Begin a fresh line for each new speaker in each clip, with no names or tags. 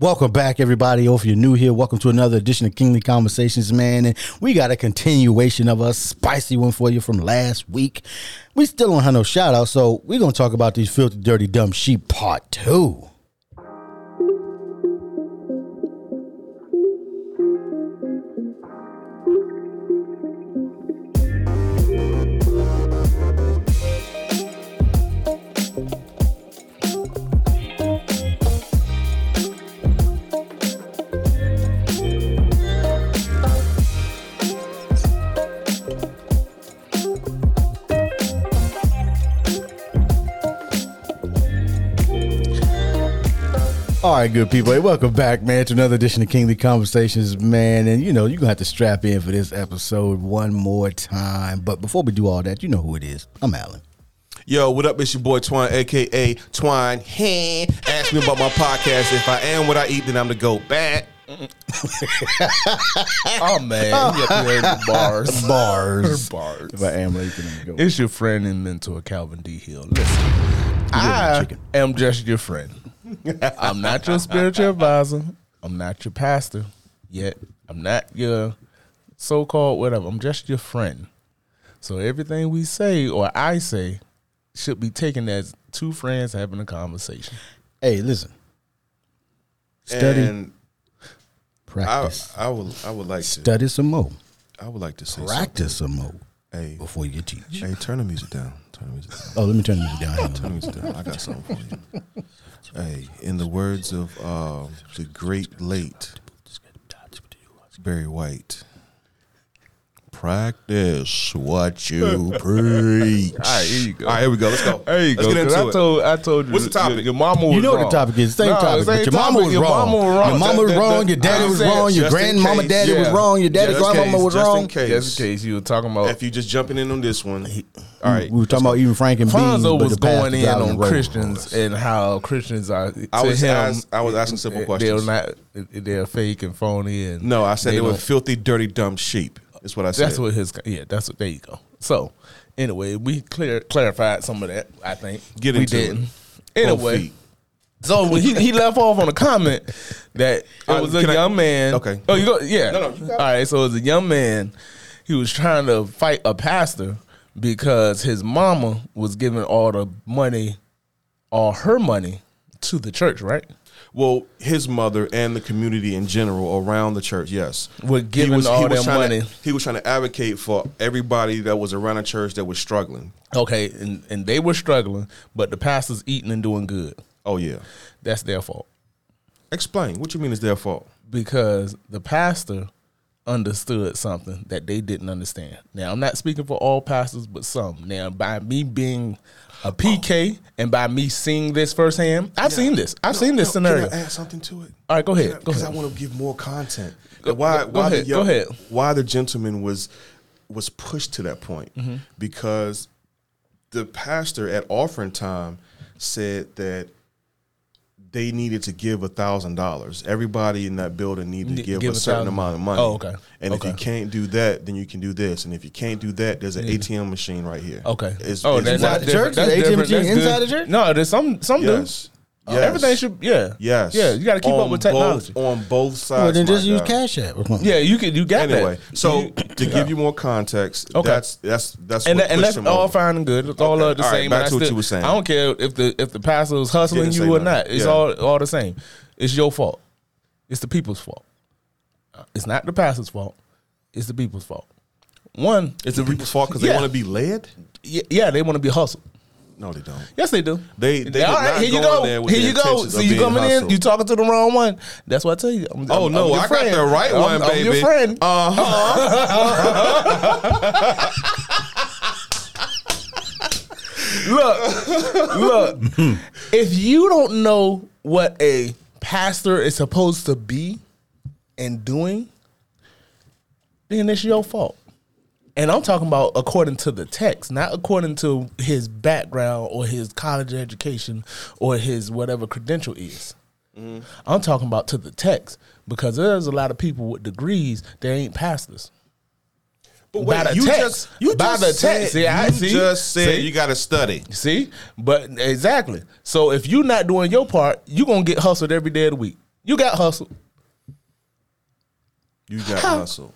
Welcome back, everybody. Or if you're new here, welcome to another edition of Kingly Conversations, man. And we got a continuation of a spicy one for you from last week. We still don't have no shout out, so we're going to talk about these filthy, dirty, dumb sheep part two. All right, good people. Hey, welcome back, man, to another edition of Kingly Conversations, man. And you know, you're gonna have to strap in for this episode one more time. But before we do all that, you know who it is. I'm Alan.
Yo, what up? It's your boy Twine, aka Twine. Hey, ask me about my podcast. If I am what I eat, then I'm the goat. Bad.
Oh man, you up here with bars.
Bars.
Bars.
If I am late, then I'm going.
It's your friend and mentor Calvin D. Hill. Listen, I
chicken.
am just your friend. I'm not your spiritual advisor. I'm not your pastor yet. I'm not your so-called whatever. I'm just your friend. So everything we say or I say should be taken as two friends having a conversation.
Hey, listen. Study,
And I,
practice.
I would, I would like to,
Study some more.
I would like to say,
Practice some more
something.
before you teach.
hey, hey, turn the music down. Turn the music down.
Oh, let me turn the music down. Hang on.
Turn the music down. I got something for you. Hey, in the words of um, the great late Barry White, practice what you preach.
All right, here you go.
All right, here we go. Let's go.
There you
Let's
go.
get
'cause
into
I
it.
told I told you.
What's the
your-
topic?
Your mama was
You know
wrong.
what the topic is. Same
Oh, No,
topic.
same
But your mama
topic.
was
Your
wrong.
mama was wrong.
Your mama was
That- that-
wrong. Your
that-
daddy
I'm
was
saying
wrong. Your
just in
grandmama,
case.
daddy was
Yeah.
wrong. Your daddy,
Just in
grandmama
case,
was
just in
wrong.
case.
Just in case you were talking about
If you just jumping in on this one, all right.
We were talking about even Frank and Beans.
Fonzo
but
was
the path
going
to
in
God
on
road.
Christians and how Christians are. To
I was
him,
ask- I was asking simple questions.
They're not. They're fake and phony. And
No, I said they, were
don't-
filthy, dirty, dumb sheep. That's what I said.
That's what his. Yeah, that's what. There you go. So, anyway, we clear clarified some of that. I think
Get
we
into it.
didn't.
Both
Anyway,
feet.
so when he he left off on a comment that it
Uh,
was a
can I-
young man.
Okay.
Oh, you go. Yeah.
No, no, you got it.
All right. So it was a young man. He was trying to fight a pastor because his mama was giving all the money, all her money, to the church. Right.
Well, his mother and the community in general around the church, yes,
Were giving all their
trying to-
money.
he was trying to advocate for everybody that was around the church that was struggling.
Okay. And and they were struggling, but the pastor's eating and doing good.
Oh yeah,
That's their fault.
explain what you mean is their fault.
because the pastor understood something that they didn't understand. Now, I'm not speaking for all pastors, but some. Now, by me being a PK and by me seeing this firsthand, I've seen this. I've seen this scenario.
Can I add something to it?
All right, go ahead. Go
Because I
ahead.
want to give more content. why?
go
why
ahead,
The, young-
go ahead.
Why the gentleman was was pushed to that point?
Mm-hmm.
Because the pastor at offering time said that they needed to give a thousand dollars. Everybody in that building needed to
Need-
give, a
give a
certain
thousand.
amount of money.
Oh, okay.
And if you
Okay. Mm-hmm.
can't do that, then you can do this. And if you can't do that, there's an ATM machine right here.
Okay.
It's,
oh,
it's
that's
inside
not-
not
the church?
different.
The
That's
ATM
different. That's
machine
good.
inside the church?
No, there's some some
yes.
do. Oh, Everything should yeah.
Yes.
Yeah, you got to keep
On
up with
both-
technology.
on both sides.
Well, then just
my
use
guy.
Cash App. or something.
yeah, you could you got
Anyway,
that.
so
You-
to give you more context,
Okay.
that's that's that's
and,
what
that, and
pushed
that's
him
all
over.
fine and good. It's all
Okay.
uh, the
All right,
same.
back
and I
to what
still-
you were saying.
I don't care if the if the pastor was hustling
Didn't
you
say
or
nothing.
not. It's
Yeah.
all all the same. It's your fault. It's the people's fault. Uh, It's not the pastor's fault. It's the people's fault. One,
It's the people's fault because they
Yeah.
want to be led.
y- yeah, they want to be hustled.
No, they don't.
Yes, they do.
They- they did
all
not
right. Here you
go in
go.
there with
Here
the
you go.
intentions of
See, you
being
coming in.
hustled.
You talking to the wrong one. That's what I tell you. I'm,
Oh
I'm-
no,
I'm your
I got
friend.
the right
I'm-
one, baby.
I'm your friend.
Uh huh.
look, look. if you don't know what a pastor is supposed to be and doing, then it's your fault. And I'm talking about according to the text, not according to his background or his college education or his whatever credential is. I'm talking about to the text because there's a lot of people with degrees that ain't pastors.
But
By the text. By the text.
Said,
See, I
you
see.
just said
See?
you got to study.
See, but exactly. So if you're not doing your part, you're gonna get hustled every day of the week. You got hustled.
You got hustle.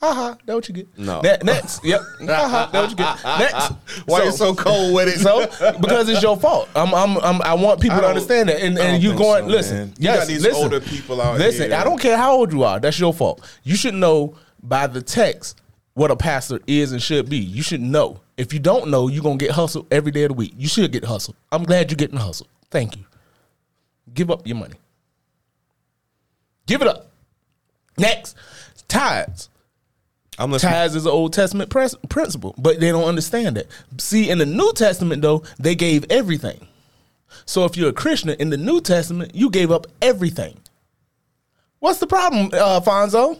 Haha, that what you get.
No.
Ne- next, yep. Haha, that what you get. Next,
Why you so cold with it?
So because it's your fault. I'm, I'm, I'm I want people
I
to
don't-
understand that. And,
I don't
and you
think
going
so,
listen.
man. You
Yes,
got these
listen,
older people out
Listen,
here.
I don't care how old you are. That's your fault. You should know by the text what a pastor is and should be. You should know. If you don't know, you're gonna get hustled every day of the week. You should get hustled. I'm glad you're getting hustled. Thank you. Give up your money. Give it up. Next, tithes.
I'm listening.
Tithes is an Old Testament pres- principle, but they don't understand that. See, in the New Testament, though, they gave everything. So if you're a Christian in the New Testament, you gave up everything. What's the problem, uh, Fonzo?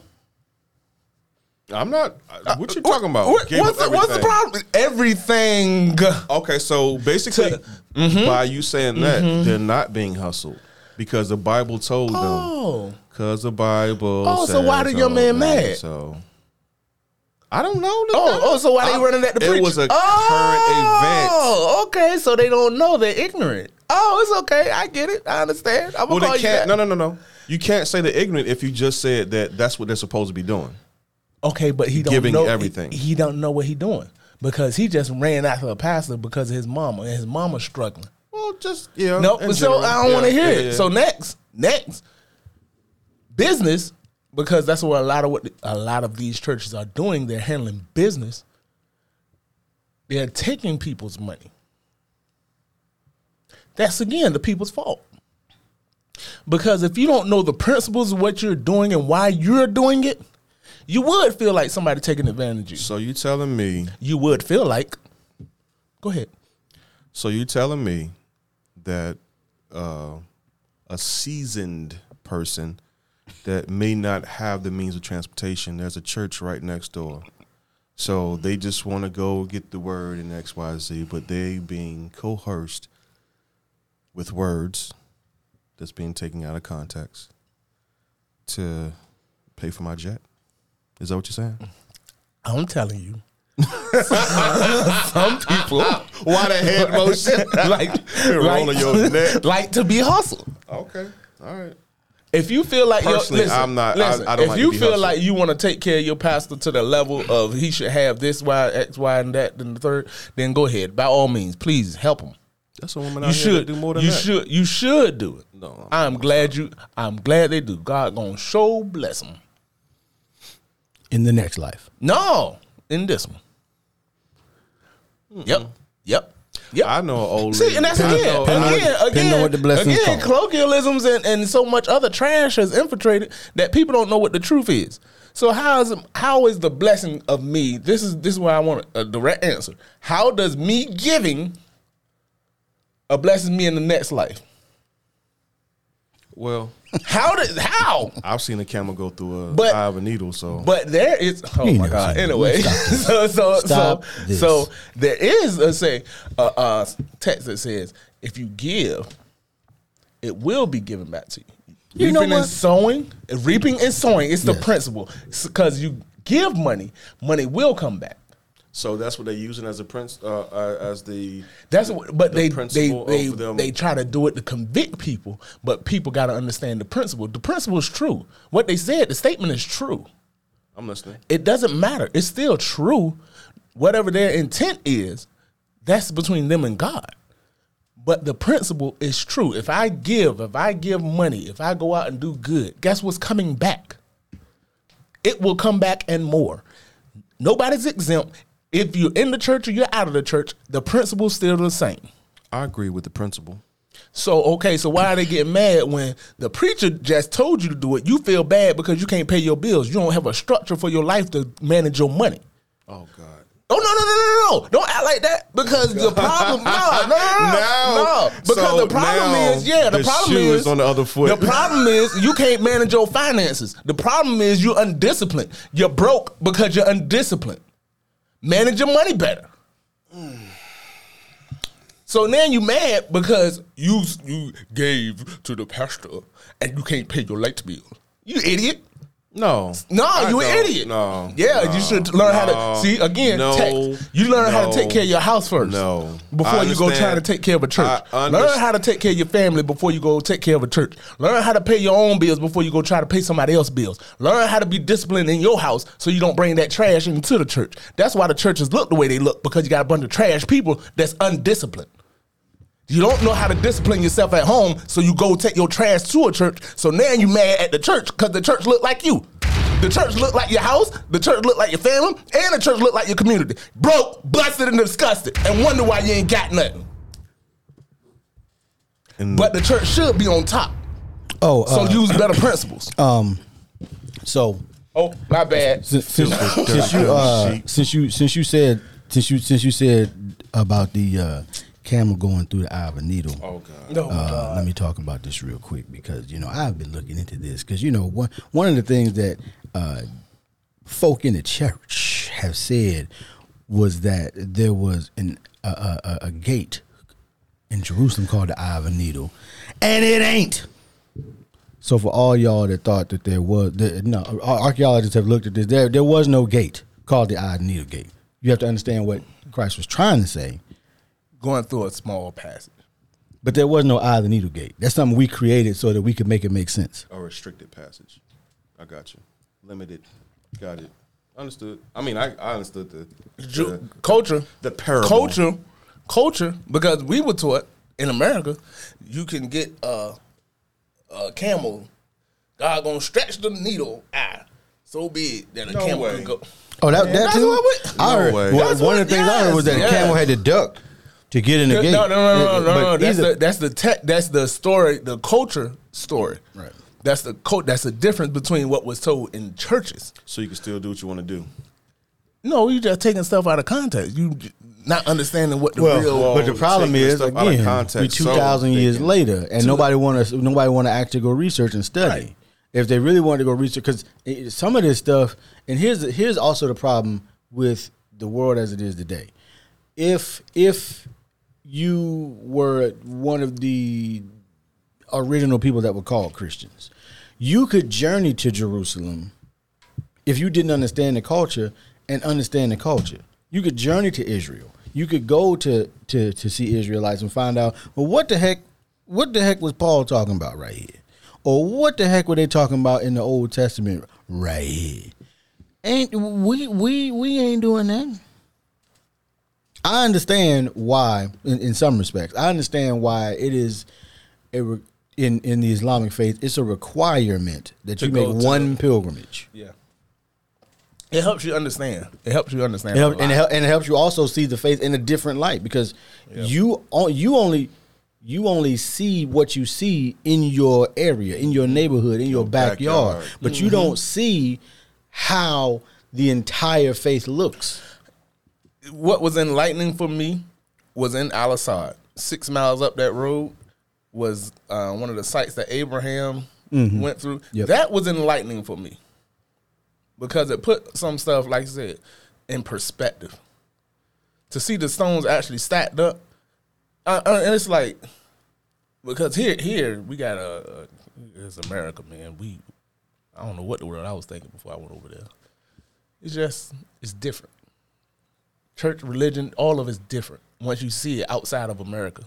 I'm not. uh, What you talking about?
What-
Gave
what's,
up
the, what's the
everything.
problem? Everything.
Okay, so basically, mm-hmm.
Mm-hmm.
by you saying that, they're not being hustled because the Bible told
Oh.
them. Because the Bible.
Oh, so why
says
did your man
so,
mad?
So I don't know.
Oh, oh, so why they running at the
It
preacher?
was a current event.
Oh, okay. So they don't know. They're ignorant. Oh, it's okay. I get it. I understand. I'm
Well,
going to call
they
you that.
can't. No, no, no, no. You can't say they're ignorant if you just said that that's what they're supposed to be doing.
Okay, but he don't
Giving
know
everything.
He, he don't know what he doing because he just ran after a pastor because of his mama and his mama struggling.
Well, just yeah.
No,
in
so
general.
I don't
Yeah,
want to hear
yeah,
it.
yeah.
So next, next business because that's what a lot of what a lot of these churches are doing. They're handling business. They're taking people's money. That's again the people's fault. Because if you don't know the principles of what you're doing and why you're doing it, you would feel like somebody taking advantage of you
so you telling me?
you would feel like. Go ahead.
So you telling me that uh, a seasoned person that may not have the means of transportation, there's a church right next door. So they just want to go get the word in X, Y, Z, but they being coerced with words that's being taken out of context to pay for my jet. Is that what you're saying?
I'm telling you.
Why the head motion?
like,
Rolling your neck.
like to be hustled.
okay, all right.
If you feel like you're,
Personally,
listen,
I'm not- I-
listen,
I don't
if
like to
you
be
feel
hustled.
like you want to take care of your pastor to the level of he should have this, y, x, y, and that, then the third, then go ahead. By all means, please help him.
That's a woman out
You
here
should
that do more than
you
that.
should you should do it.
No,
I'm, glad you. I'm glad they do. God gonna show bless them.
in the next life.
No, in this one. Yep. Yep. Yep.
I know an old
See,
lady-
and that's
I
again,
know-
Depending on what-
again,
depending on
again,
what the blessings
again,
call.
colloquialisms and, and so much other trash has infiltrated that people don't know what the truth is. So how is how is the blessing of me? This is this is where I want a direct answer. How does me giving a blessing me in the next life?
Well,
How did how?
I've seen a camel go through a
But-
eye of a needle, so
But there is oh
You
my
know
god.
something.
Anyway, so so
Stop
so
this.
so there is a say a, a text that says if you give, it will be given back to you.
You know
reaping and
what?
sowing, reaping and sowing. It's the
Yes.
principle because you give money, money will come back.
so that's what they're using as a prince uh, uh, as the
That's what, but
the
they they
principle
they,
of them-
they try to do it to convict people, but people got to understand the principle. The principle is true. What they said, the statement is true.
I'm listening.
it doesn't matter. It's still true. Whatever their intent is, that's between them and God. But the principle is true. If I give, if I give money, if I go out and do good, guess what's coming back? It will come back and more. Nobody's exempt. If you're in the church or you're out of the church, the principle's still the same.
I agree with the principle.
So okay, so why are they getting mad when the preacher just told you to do it? You feel bad because you can't pay your bills. You don't have a structure for your life to manage your money.
Oh God.
Oh no no no no no! Don't act like that because the problem no no no no,
Now-
no. because
so
the problem
now
is yeah the,
the
problem
shoe
is,
is on the other foot.
The problem is you can't manage your finances. The problem is you're undisciplined. You're broke because you're undisciplined. Manage your money better. So now you mad because you you gave to the pastor and you can't pay your light bill. You idiot.
No.
No,
I
you an
don't.
idiot.
No.
Yeah,
no,
you should learn how
no,
to see again.
no,
text. You learn how
no,
to take care of your house first.
No. I
Before you go try
understand.
to take care of a church,
I
learn
underst-
how to take care of your family before you go take care of a church. Learn how to pay your own bills before you go try to pay somebody else's bills. Learn how to be disciplined in your house so you don't bring that trash into the church. That's why the churches look the way they look because you got a bunch of trash people that's undisciplined. You don't know how to discipline yourself at home, so you go take your trash to a church. So now you mad at the church because the church look like you. The church look like your house, the church look like your family, and the church look like your community. Broke, busted, and disgusted, and wonder why you ain't got nothing.
And-
But the church should be on top.
Oh,
So
uh,
use better principles.
um, so
oh, my bad.
since, since,
Filthy,
since
dirty,
you uh,
sheep.
since you since you said since you since you said about the uh, camel going through the eye of a needle.
Oh God.
No,
Uh, let me talk about this real quick because you know I've been looking into this because you know one one of the things that uh, folk in the church have said was that there was an a, a, a- a gate in Jerusalem called the Eye of a Needle, and it ain't. So for all y'all that thought that there was that, no ar- archaeologists have looked at this there there was no gate called the Eye of the Needle gate. You have to understand what Christ was trying to say.
going through a small passage.
But there was no eye of the needle gate. That's something we created so that we could make it make sense.
A restricted passage. I got you. Limited. Got it. Understood. I mean, I, I understood the,
Ju-
the
culture,
the parable.
culture, culture. Because we were taught in America, you can get a, a camel. God gonna stretch the needle eye so big that a
No
camel
way.
could go.
Oh, that, that
That's
too?
what we-
I
No
heard,
way.
well,
That's
one
what-
of the things I
yes,
heard was that
yes.
the camel had to duck to get in the
No,
gate.
no, no, no, no,
But
no, no. That's
either-
the that's the te- that's the story, the culture story.
Right.
That's the co- that's the difference between what was told in churches.
So you can still do what you want to do.
No, you just taking stuff out of context. You j- not understanding what the
well,
real
but the
Whoa,
problem
taking
is
stuff out of
again,
context,
we two thousand
so
years
thinking.
later, and nobody want to nobody want to actually go research and study. If they really wanted to go research, because some of this stuff, and here's here's also the problem with the world as it is today. If if you were one of the original people that were called Christians, you could journey to Jerusalem if you didn't understand the culture and understand the culture. You could journey to Israel. You could go to to to see Israelites and find out, well, what the heck, what the heck was Paul talking about right here, or what the heck were they talking about in the Old Testament right here? Ain't we we we ain't doing that. I understand why, in, in some respects, I understand why it is a re, in in the Islamic faith, it's a requirement that you make
go to-
one pilgrimage.
yeah. It helps you understand. It helps you understand.
It
a
help,
lot.
and, it help, and it helps you also see the faith in a different light because you on, you only you only see what you see in your area, in your neighborhood, in your, backyard,
backyard.
but
Mm-hmm.
you don't see how the entire faith looks.
what was enlightening for me was in Al Assad. Six miles up that road was uh, one of the sites that Abraham went through.
Yep.
That was enlightening for me because it put some stuff, like I said, in perspective. To see the stones actually stacked up, uh, uh, and it's like because here, here we got a it's America, man. We I don't know what the word I was thinking before I went over there. It's just it's different church, religion, all of it's different once you see it outside of America.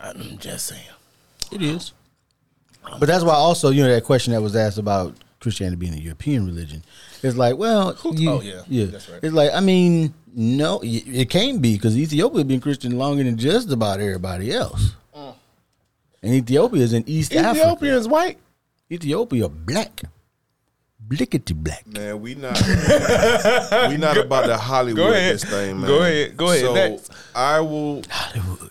I'm just saying.
It is. But that's why also, you know, that question that was asked about Christianity being a European religion. It's like, well, you-
oh, yeah. That's right.
It's like, I mean, no, y- it can't be because Ethiopia been Christian longer than just about everybody else.
Mm.
And Ethiopia is in East Africa.
Ethiopians white.
Ethiopia black, blickety black.
Man, we not we not about to Hollywood
Go ahead.
this thing, man.
Go ahead. Go ahead.
So
Next.
I will
Hollywood.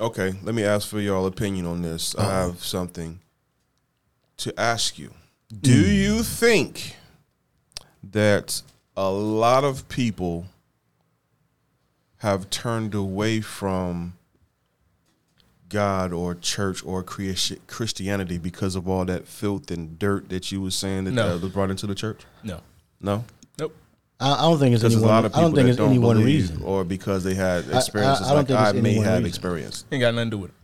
Okay, let me ask for y'all opinion on this.
Uh-huh.
I have something to ask you.
Mm.
Do you think that a lot of people have turned away from God or church or creation, Christianity because of all that filth and dirt that you were saying that
No.
uh, was brought into the church?
No.
No,
Nope.
I, I don't think it's
because
any
there's a lot
one.
of
I
people
don't think
that
it's
don't
any one
believe
reason.
or because they had experiences
I don't
like
think it's
I
any
may
one
have
reason.
experienced.
Ain't got nothing to do with it.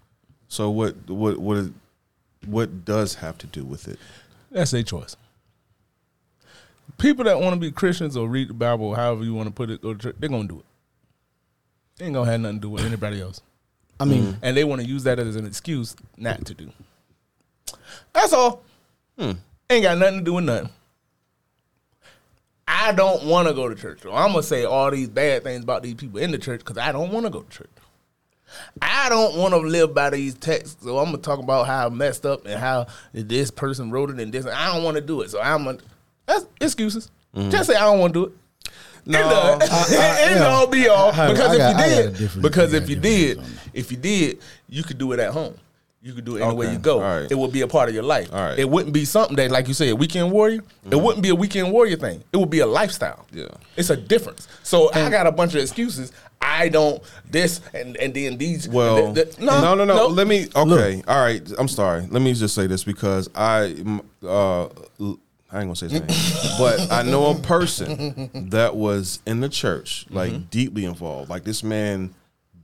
So what what what is, what does have to do with it?
That's their choice. People that want to be Christians or read the Bible, however you want to put it, go to church, they're gonna do it. They ain't gonna have nothing to do with anybody else,
I mean,
Mm.
and they want to use that as an excuse not to do. That's all.
Hmm.
Ain't got nothing to do with nothing. I don't want to go to church. So I'm gonna say all these bad things about these people in the church because I don't want to go to church. I don't want to live by these texts, so I'm gonna talk about how I messed up and how this person wrote it and this. I don't want to do it, so I'm gonna. That's excuses. Just say I don't want to do it. No,
No.
Mm. I-
it's
yeah.
all be all
I- I got-
because
I got a
if you did,
different-
because
I
if
got
you
different
did,
views on
if you did, you could do it at home. You could do it any way
Okay.
you go.
All right.
It would be a part of your life.
All right. Mm-hmm.
It wouldn't be something that, like you said, weekend warrior. It wouldn't be a weekend warrior thing. It would be a lifestyle.
Yeah.
it's a difference. So I got a bunch of excuses. I don't this and and then these.
Well,
th- th-
no, no, no, Let me. Okay, all right. I'm sorry. Let me just say this because I, mm, uh, l- I ain't gonna say his name, but I know a person that was in the church, like deeply involved. Like this man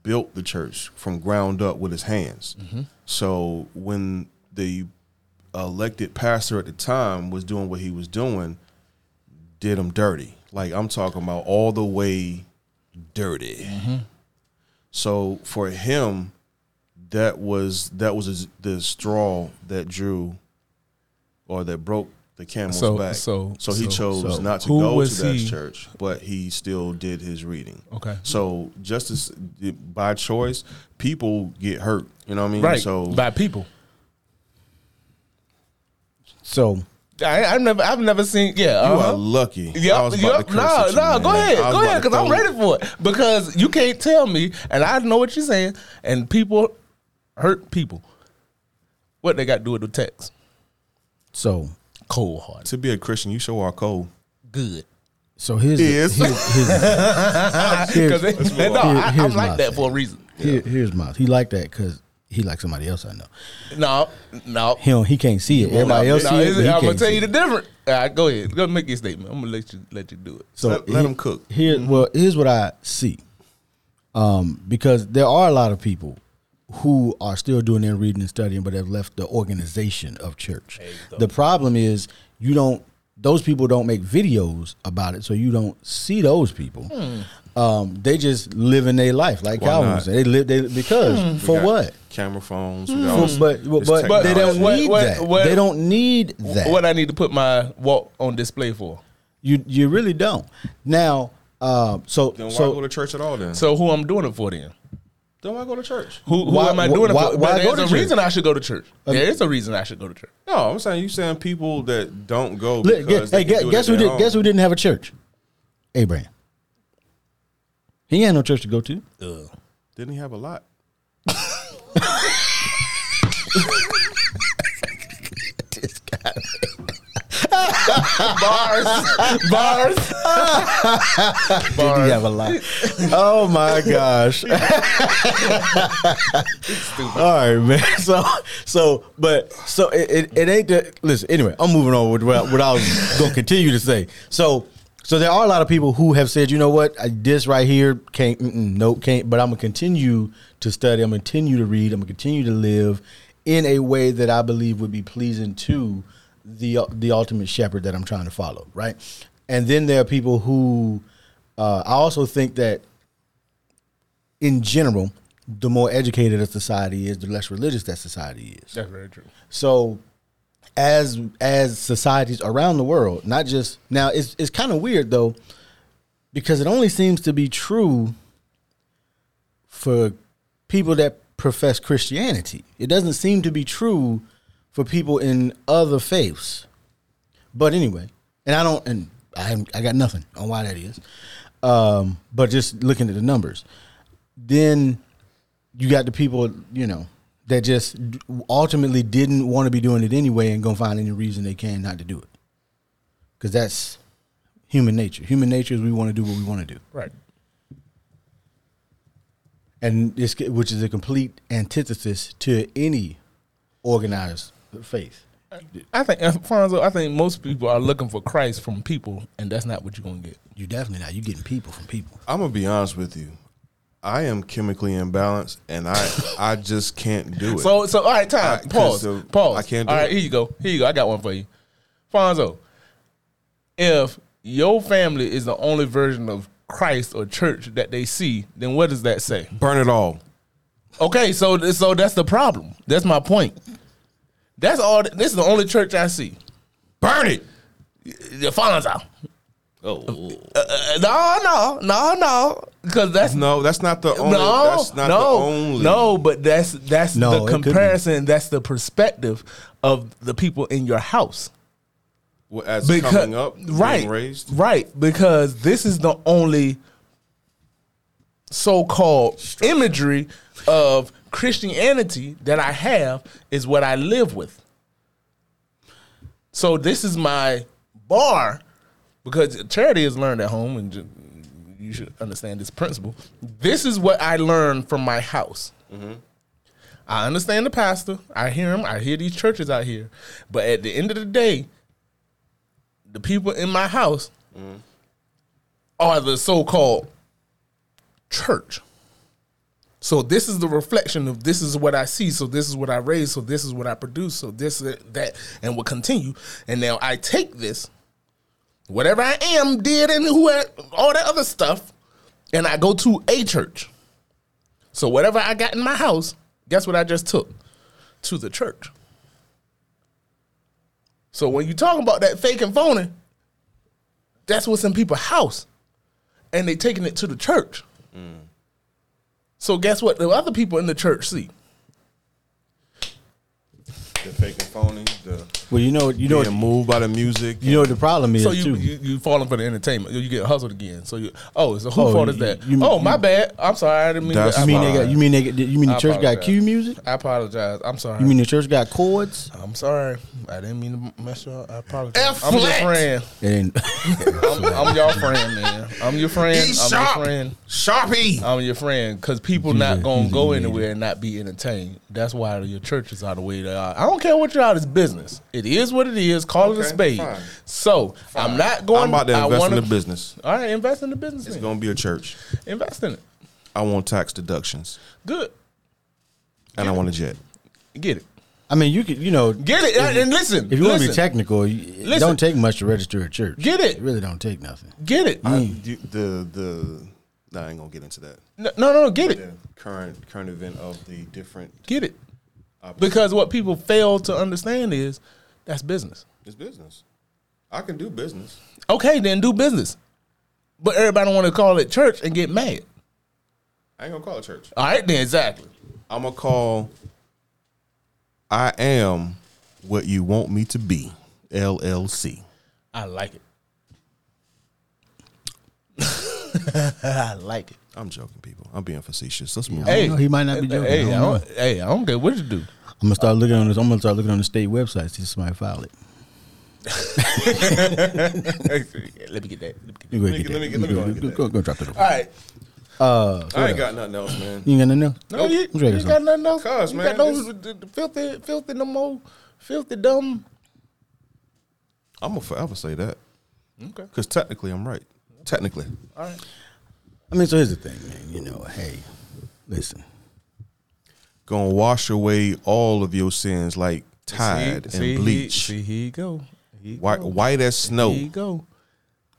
built the church from ground up with his hands. So when the elected pastor at the time was doing what he was doing, did him dirty. Like I'm talking about all the way dirty.
Mm-hmm.
So for him, that was that was the straw that drew, or that broke the camel's
So-
back.
so-
he
so-
chose
so
not to
who
go to
was
that
he-
church, but he still did his reading.
Okay.
So justice by choice, people get hurt. You know what I mean?
right
So
by people.
so
I, I've never, I've never seen. Yeah,
you
uh-huh.
are lucky. I
Yep,
was about
yep.
to curse
No,
at you,
no, go
man.
ahead.
I was
Go
about
ahead,
to
because I'm
throw-
ready for it. Because you can't tell me, and I know what you're saying, and people hurt people. What they got to do with the text?
so
Cold heart.
To be a Christian, you sure are cold.
Good.
so here's
Yes.
the, here's, here's,
Because no,
Here-
I, I'm
here's my
like that
thing.
for a reason.
here- here's my he like that because he like somebody else I know.
No, no.
He don't, he can't see it. Everybody else see it. but he
I'm gonna
can't
tell
see
you
it.
the difference. All right, go ahead. Go make your statement. I'm gonna let you let you do it.
So
Let- let
he-
'em cook. Mm-hmm.
Here, well, here's what I see. Um, because there are a lot of people who are still doing their reading and studying, but have left the organization of church. The problem is you don't; those people don't make videos about it, so you don't see those people. Um, they just living their life, like
Hmm. Why
Calvin
not? Hmm.
said. They live they, because for
We got
what?
Camera phones.
Hmm.
we got all
For-
this-
but
this
but, but they don't
technology.
What-
need
what-
that.
what-
they don't need that.
What I need to put my walk on display for.
you you really don't. Now, uh, so
Then why
so
go to church at all? Then
So who I'm doing it for then?
then why go to church?
Who, who
Why-
am I
wh-
doing
why-
it for?
why
But
go
there's
to
a
church?
reason I should go to church. There is a reason I should go to church.
No, I'm saying you saying people that don't go.
Look,
because
guess,
they
hey,
can
guess,
do it
guess
at
who
their
did?
own.
Guess who didn't have a church? Abraham. He ain't had no church to go to.
Didn't he have a lot?
Bars, bars,
Did he have a lot? oh my gosh! All right, man. So, so, but so it, it, it ain't that. Listen, anyway, I'm moving on with what, I- what I was gonna continue to say. So, so there are a lot of people who have said, you know what, I, this right here can't, mm-mm, nope, can't. But I'm gonna continue to study. I'm gonna continue to read. I'm gonna continue to live in a way that I believe would be pleasing to the the ultimate shepherd that I'm trying to follow. Right, and then there are people who uh, I also think that in general, the more educated a society is, the less religious that society is.
That's very true.
So, as as societies around the world, not just now, it's it's kind of weird though, because it only seems to be true for people that profess Christianity. It doesn't seem to be true for people in other faiths. But anyway, and I don't, and I haven't, I got nothing on why that is. Um, but just looking at the numbers, then you got the people, you know, that just ultimately didn't want to be doing it anyway and gonna find any reason they can not to do it. Cause that's human nature. Human nature is we want to do what we want to do.
Right.
And it's, which is a complete antithesis to any organized faith.
I think Alfonso. I think most people are looking for Christ from people, and that's not what you're gonna get.
You definitely not. You getting people from people.
I'm gonna be honest with you. I am chemically imbalanced, and I I just can't do it.
So, so all right, time.
I- 'cause
pause.
the-
pause.
I can't do
all right,
it.
here you go. Here you go. I got one for you. Fonzo, if your family is the only version of Christ or church that they see, then what does that say?
Burn it all.
Okay, so so that's the problem. That's my point. That's all. This is the only church I see.
Burn it.
The Fonzo. Oh uh, no no no no because that's
No, that's not the only.
no,
that's not
no,
the only.
no. But that's that's
No, it
the
couldn't.
comparison. That's the perspective of the people in your house.
Well, as
Because
coming up,
right,
being raised.
right. Because this is the only so-called imagery of Christianity that I have is what I live with. So this is my bar because charity is learned at home, and ju- you should understand this principle. This is what I learned from my house.
Mm-hmm.
I understand the pastor. I hear him. I hear these churches out here. But at the end of the day, the people in my house are the so-called church. So this is the reflection of this is what I see. So this is what I raise. So this is what I produce. So this that and will continue. And now I take this, whatever I am did and who all that other stuff, and I go to a church. So whatever I got in my house, guess what I just took to the church. So when you talk about that fake and phony, that's what's in people's house, and they taking it to the church. So guess what? The other people in the church see.
The fake and phony. The
Well, you know, you know,
being moved by the music.
you know what the problem is
So you,
too.
you you falling for the entertainment. You get hustled again. So you oh, so who
Oh,
fault is
you-
that?
you-
oh,
you-
my bad. I'm sorry. I didn't mean.
That's
that. I
You mean they got?
apologize.
You mean they? Got, you mean the
I
church got
apologize.
cue music?
I apologize. I'm sorry.
You mean the church got chords?
I'm sorry. I didn't mean to mess you up. I apologize.
F
I'm your
flat.
friend.
And
I'm, I'm your friend, man. I'm your friend.
E
I'm your friend.
Sharpie.
I'm your friend because people not gonna go anywhere and not be entertained. That's why your churches are the way they are. I don't care what you're out is business. It is what it is. Call it a
Okay,
spade.
fine.
So I'm not going.
I'm about to
I
invest
wanna-
in the business.
All right, invest in the business.
It's
then.
gonna be a church.
Invest in it.
I want tax deductions,
Good.
and I want a jet.
Get it.
I mean, you could, you know,
Get it. and, and listen.
if you want to
listen,
be technical, you- it
Listen.
don't take much to register a church.
Get it.
It really don't take nothing.
get it.
I, you- the the no, I ain't gonna get into that.
no, no, no, get it.
The current current event of the different
Get it. Because what people fail to understand is that's business.
It's business. I can do business.
Okay, then do business. But everybody want to call it church and get mad.
I ain't gonna call it church.
All right, then exactly.
I'm gonna call. I am what you want me to be. LLC.
I like it. I like it.
I'm joking, people. I'm being facetious. Let's
I
move. on.
don't
Hey.
know, he might not be joking.
Hey,
I
I
don't know.
don't, hey, I don't care what you do.
I'm gonna start looking on this. I'm gonna start looking on the state website. See if somebody filed it.
Let me get that. Let me get that.
You go get
Let me get- let me
that.
get- let me
You
go
go-
and get
go-
that.
Go go drop it.
All right.
I ain't got nothing else, man.
You ain't gonna know.
No, you,
I'm drinking
you got nothing else.
Cuz,
you
man,
got those d- d- filthy, filthy, no more, filthy, dumb.
I'm gonna forever say that
Okay.
because technically, I'm right. Technically,
All right.
I mean, so here's the thing, man. You know, hey, listen.
gonna wash away all of your sins like tide and bleach,
He, see, here you go. Here you
white,
go.
white as
Oh.
snow.
Here you go.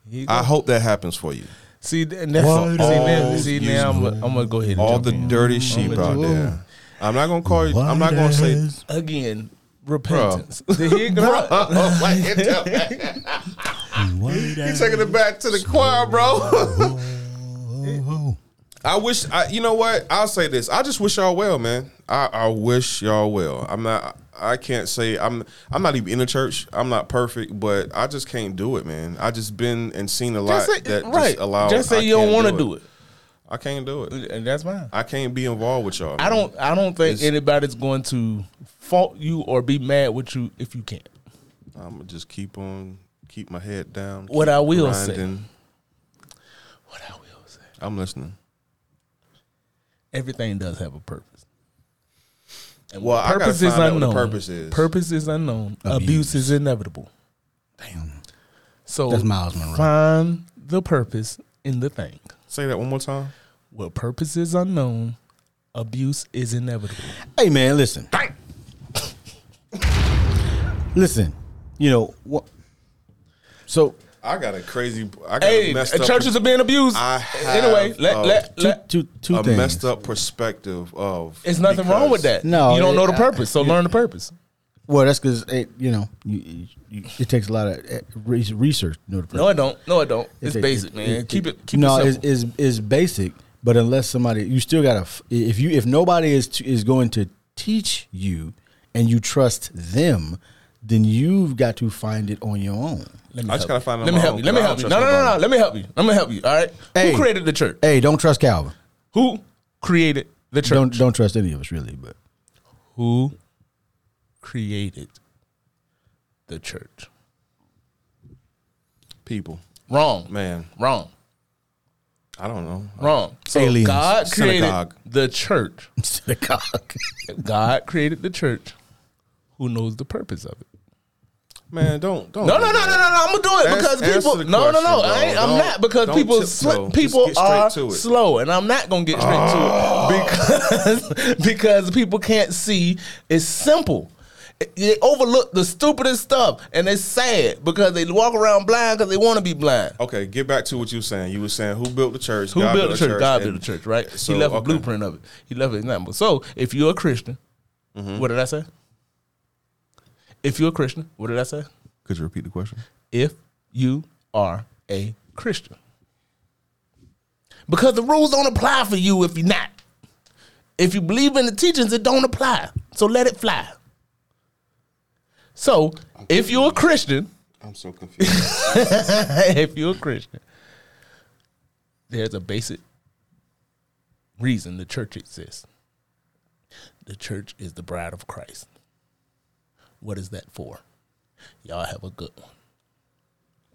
Here
Ah.
you
I
go.
hope that happens for you.
see, and that's
Why
see,
do
now,
all
see,
you-
now I'm, gonna- I'm gonna go ahead. And
all
jump
the
in.
dirty sheep out there. I'm not gonna call you. I'm not gonna say.
again. Repentance. Here you go.
Oh my! He's taking it back to the choir, bro. I wish. I, you know what? I'll say this. I just wish y'all well, man. I, I wish y'all well. I'm not. I can't say I'm. I'm not even in the church. I'm not perfect, but I just can't do it, man. I just been and seen a lot
Just say,
that
right.
just allow.
just say
I
you don't
can't
want to do it.
I can't do it.
and that's fine.
I can't be involved with y'all.
I
man.
don't. I don't think
It's-
anybody's going to fault you or be mad with you if you can't.
I'm gonna just keep on keep my head down.
What
keep
I will say. What I will say.
I'm listening.
everything does have a purpose. And
Well, I gotta find out what the purpose is.
Purpose is unknown. Abuse, is inevitable.
Damn.
So
That's Miles Monroe.
Find the purpose in the thing.
Say that one more time.
Where purpose is unknown, abuse is inevitable.
Hey, man, listen. Listen, you know what? So
I got a crazy. I got
Hey,
a messed up.
churches are being abused.
I have,
anyway, let,
uh,
let,
two,
let,
two, two
a
things.
messed up perspective of.
it's nothing wrong with that.
No,
you don't
it-
know the
I-
purpose, so learn the purpose.
Well, that's because it, you know, you, you, it takes a lot of eh, re- research. to Know the
No, I don't. No, I don't. It's
It- it-
basic,
it-
man.
it-
keep it. Keep
no,
it
it's,
simple.
it's it's basic, but unless somebody, you still gotta. f- If you if nobody is t- is going to teach you, and you trust them, then you've got to find it on your own.
Let me
I just
help
gotta
you.
find out
Let me
my
help
own,
you. Let me
'cause I
help you.
don't
No, no,
trust
no, no.
nobody.
Let me help you. Let me help you. All right.
Hey.
Who created the church?
Hey, don't trust Calvin.
Who created the church?
Don't don't trust any of us really. But
Who created the church?
People,
Wrong,
man,
Wrong.
I don't know.
Wrong. So
Aliens.
God created
Synagogue.
the church.
synagogue.
God created the church. Who knows the purpose of it?
Man, don't don't.
No,
do
no, no, no,
that.
no, no. I'm gonna do it
Ask-
because
answer
people.
the
No, no, no.
question,
I ain't,
bro.
I'm
Don't-
not because
don't
people.
tiptoe.
Sl-
Just
people
get straight
are
to it. Ah.
slow, and I'm not gonna get straight to it because because people can't see. It's simple. It- They overlook the stupidest stuff, and it's sad because they walk around blind because they want to be blind.
Okay, get back to what you were saying. You were saying who built the church?
Who
Oh, God
built the church? God
and-
built the church, right?
So,
he left a
okay.
blueprint of it. He left an example. So if you're a Christian,
Mm-hmm.
what did I say? If you're a Christian, what did I say?
Could you repeat the question?
If you are a Christian. Because the rules don't apply for you if you're not. If you believe in the teachings, it don't apply. So let it fly. So if you're a Christian,
I'm so confused.
if you're a Christian, there's a basic reason the church exists. The church is the bride of Christ. What is that for? Y'all have a good one.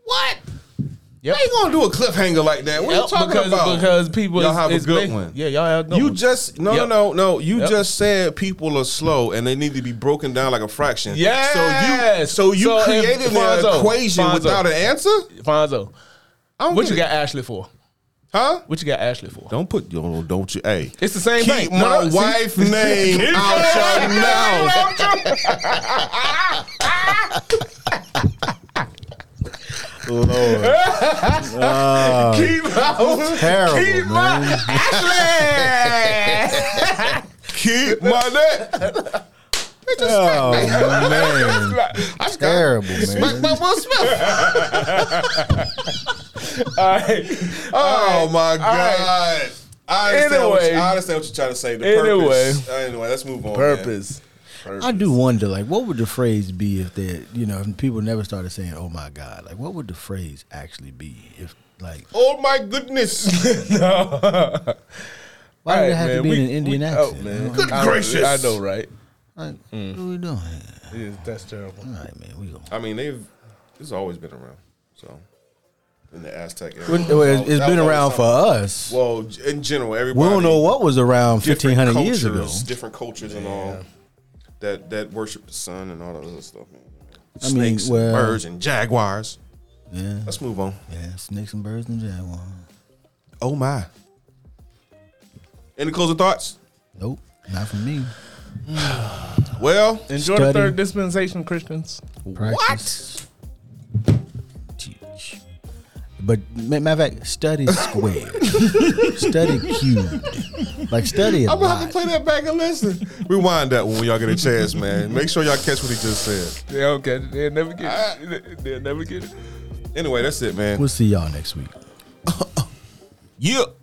what?
Yep.
How you gonna do a cliffhanger like that? What are you
Yep,
talking
because,
about?
Because people
y'all
is-
have a
is
good
ba-
one.
Yeah, y'all have a good
You
one.
just no
Yep.
no no no. You
Yep.
just said people are slow and they need to be broken down like a fraction.
Yes.
So you so you
So if-
created an
Fonzo,
equation
Fonzo.
without an answer?
Fonzo,
I don't
what
get
you
it.
got Ashley for?
Huh?
What you got Ashley for?
Don't put yo don't, don't you hey.
It's the same
Keep
thing. No,
my
no, see?
wife's name out your mouth.
Lord,
Keep my
terrible
keep
man.
my Ashley.
Keep my neck.
Oh man,
That's
terrible man.
All right.
Oh my
right.
god. I understand, what you,
Anyway.
I understand what you're trying to say. The
Anyway.
purpose. Anyway, let's move on.
Purpose.
man.
I do wonder, like, what would the phrase be if that, you know, if people never started saying, "Oh my God," like, what would the purpose actually be if, like,
Oh my goodness.
no.
why
All
did
right,
it have to
man,
be in
we-
an Indian
we out,
accent?
man.
Like,
Good
I know-
gracious.
I know, right?
like,
Mm.
what are we doing? here?
that's terrible.
All right, man, we go.
I mean, they've it's always been around. So in the Aztec era.
Well, it's- it's
That
been
was
around for
something-
us.
Well, j- in general, everybody
We don't know what was around fifteen
different
hundred years ago.
cultures, Different cultures and all that that worship the sun and all that other stuff, man.
I mean,
Snakes
well-
and birds and jaguars.
Yeah,
Let's move on.
yeah, snakes and birds and jaguars.
Oh my. Any closing thoughts?
Nope, not for me.
Well,
Enjoy
Study.
the third dispensation, Christians.
Practice. What? Teach. But ma- matter of fact, study squared, study cubed, like study a
I'm gonna have
lot.
to play that back and listen. Rewind that one when y'all get a chance, man. Make sure y'all catch what he just said.
They don't get it. They'll never
Ah.
get it. They'll never get it.
Anyway, that's it, man.
We'll see y'all next week.
Yeah.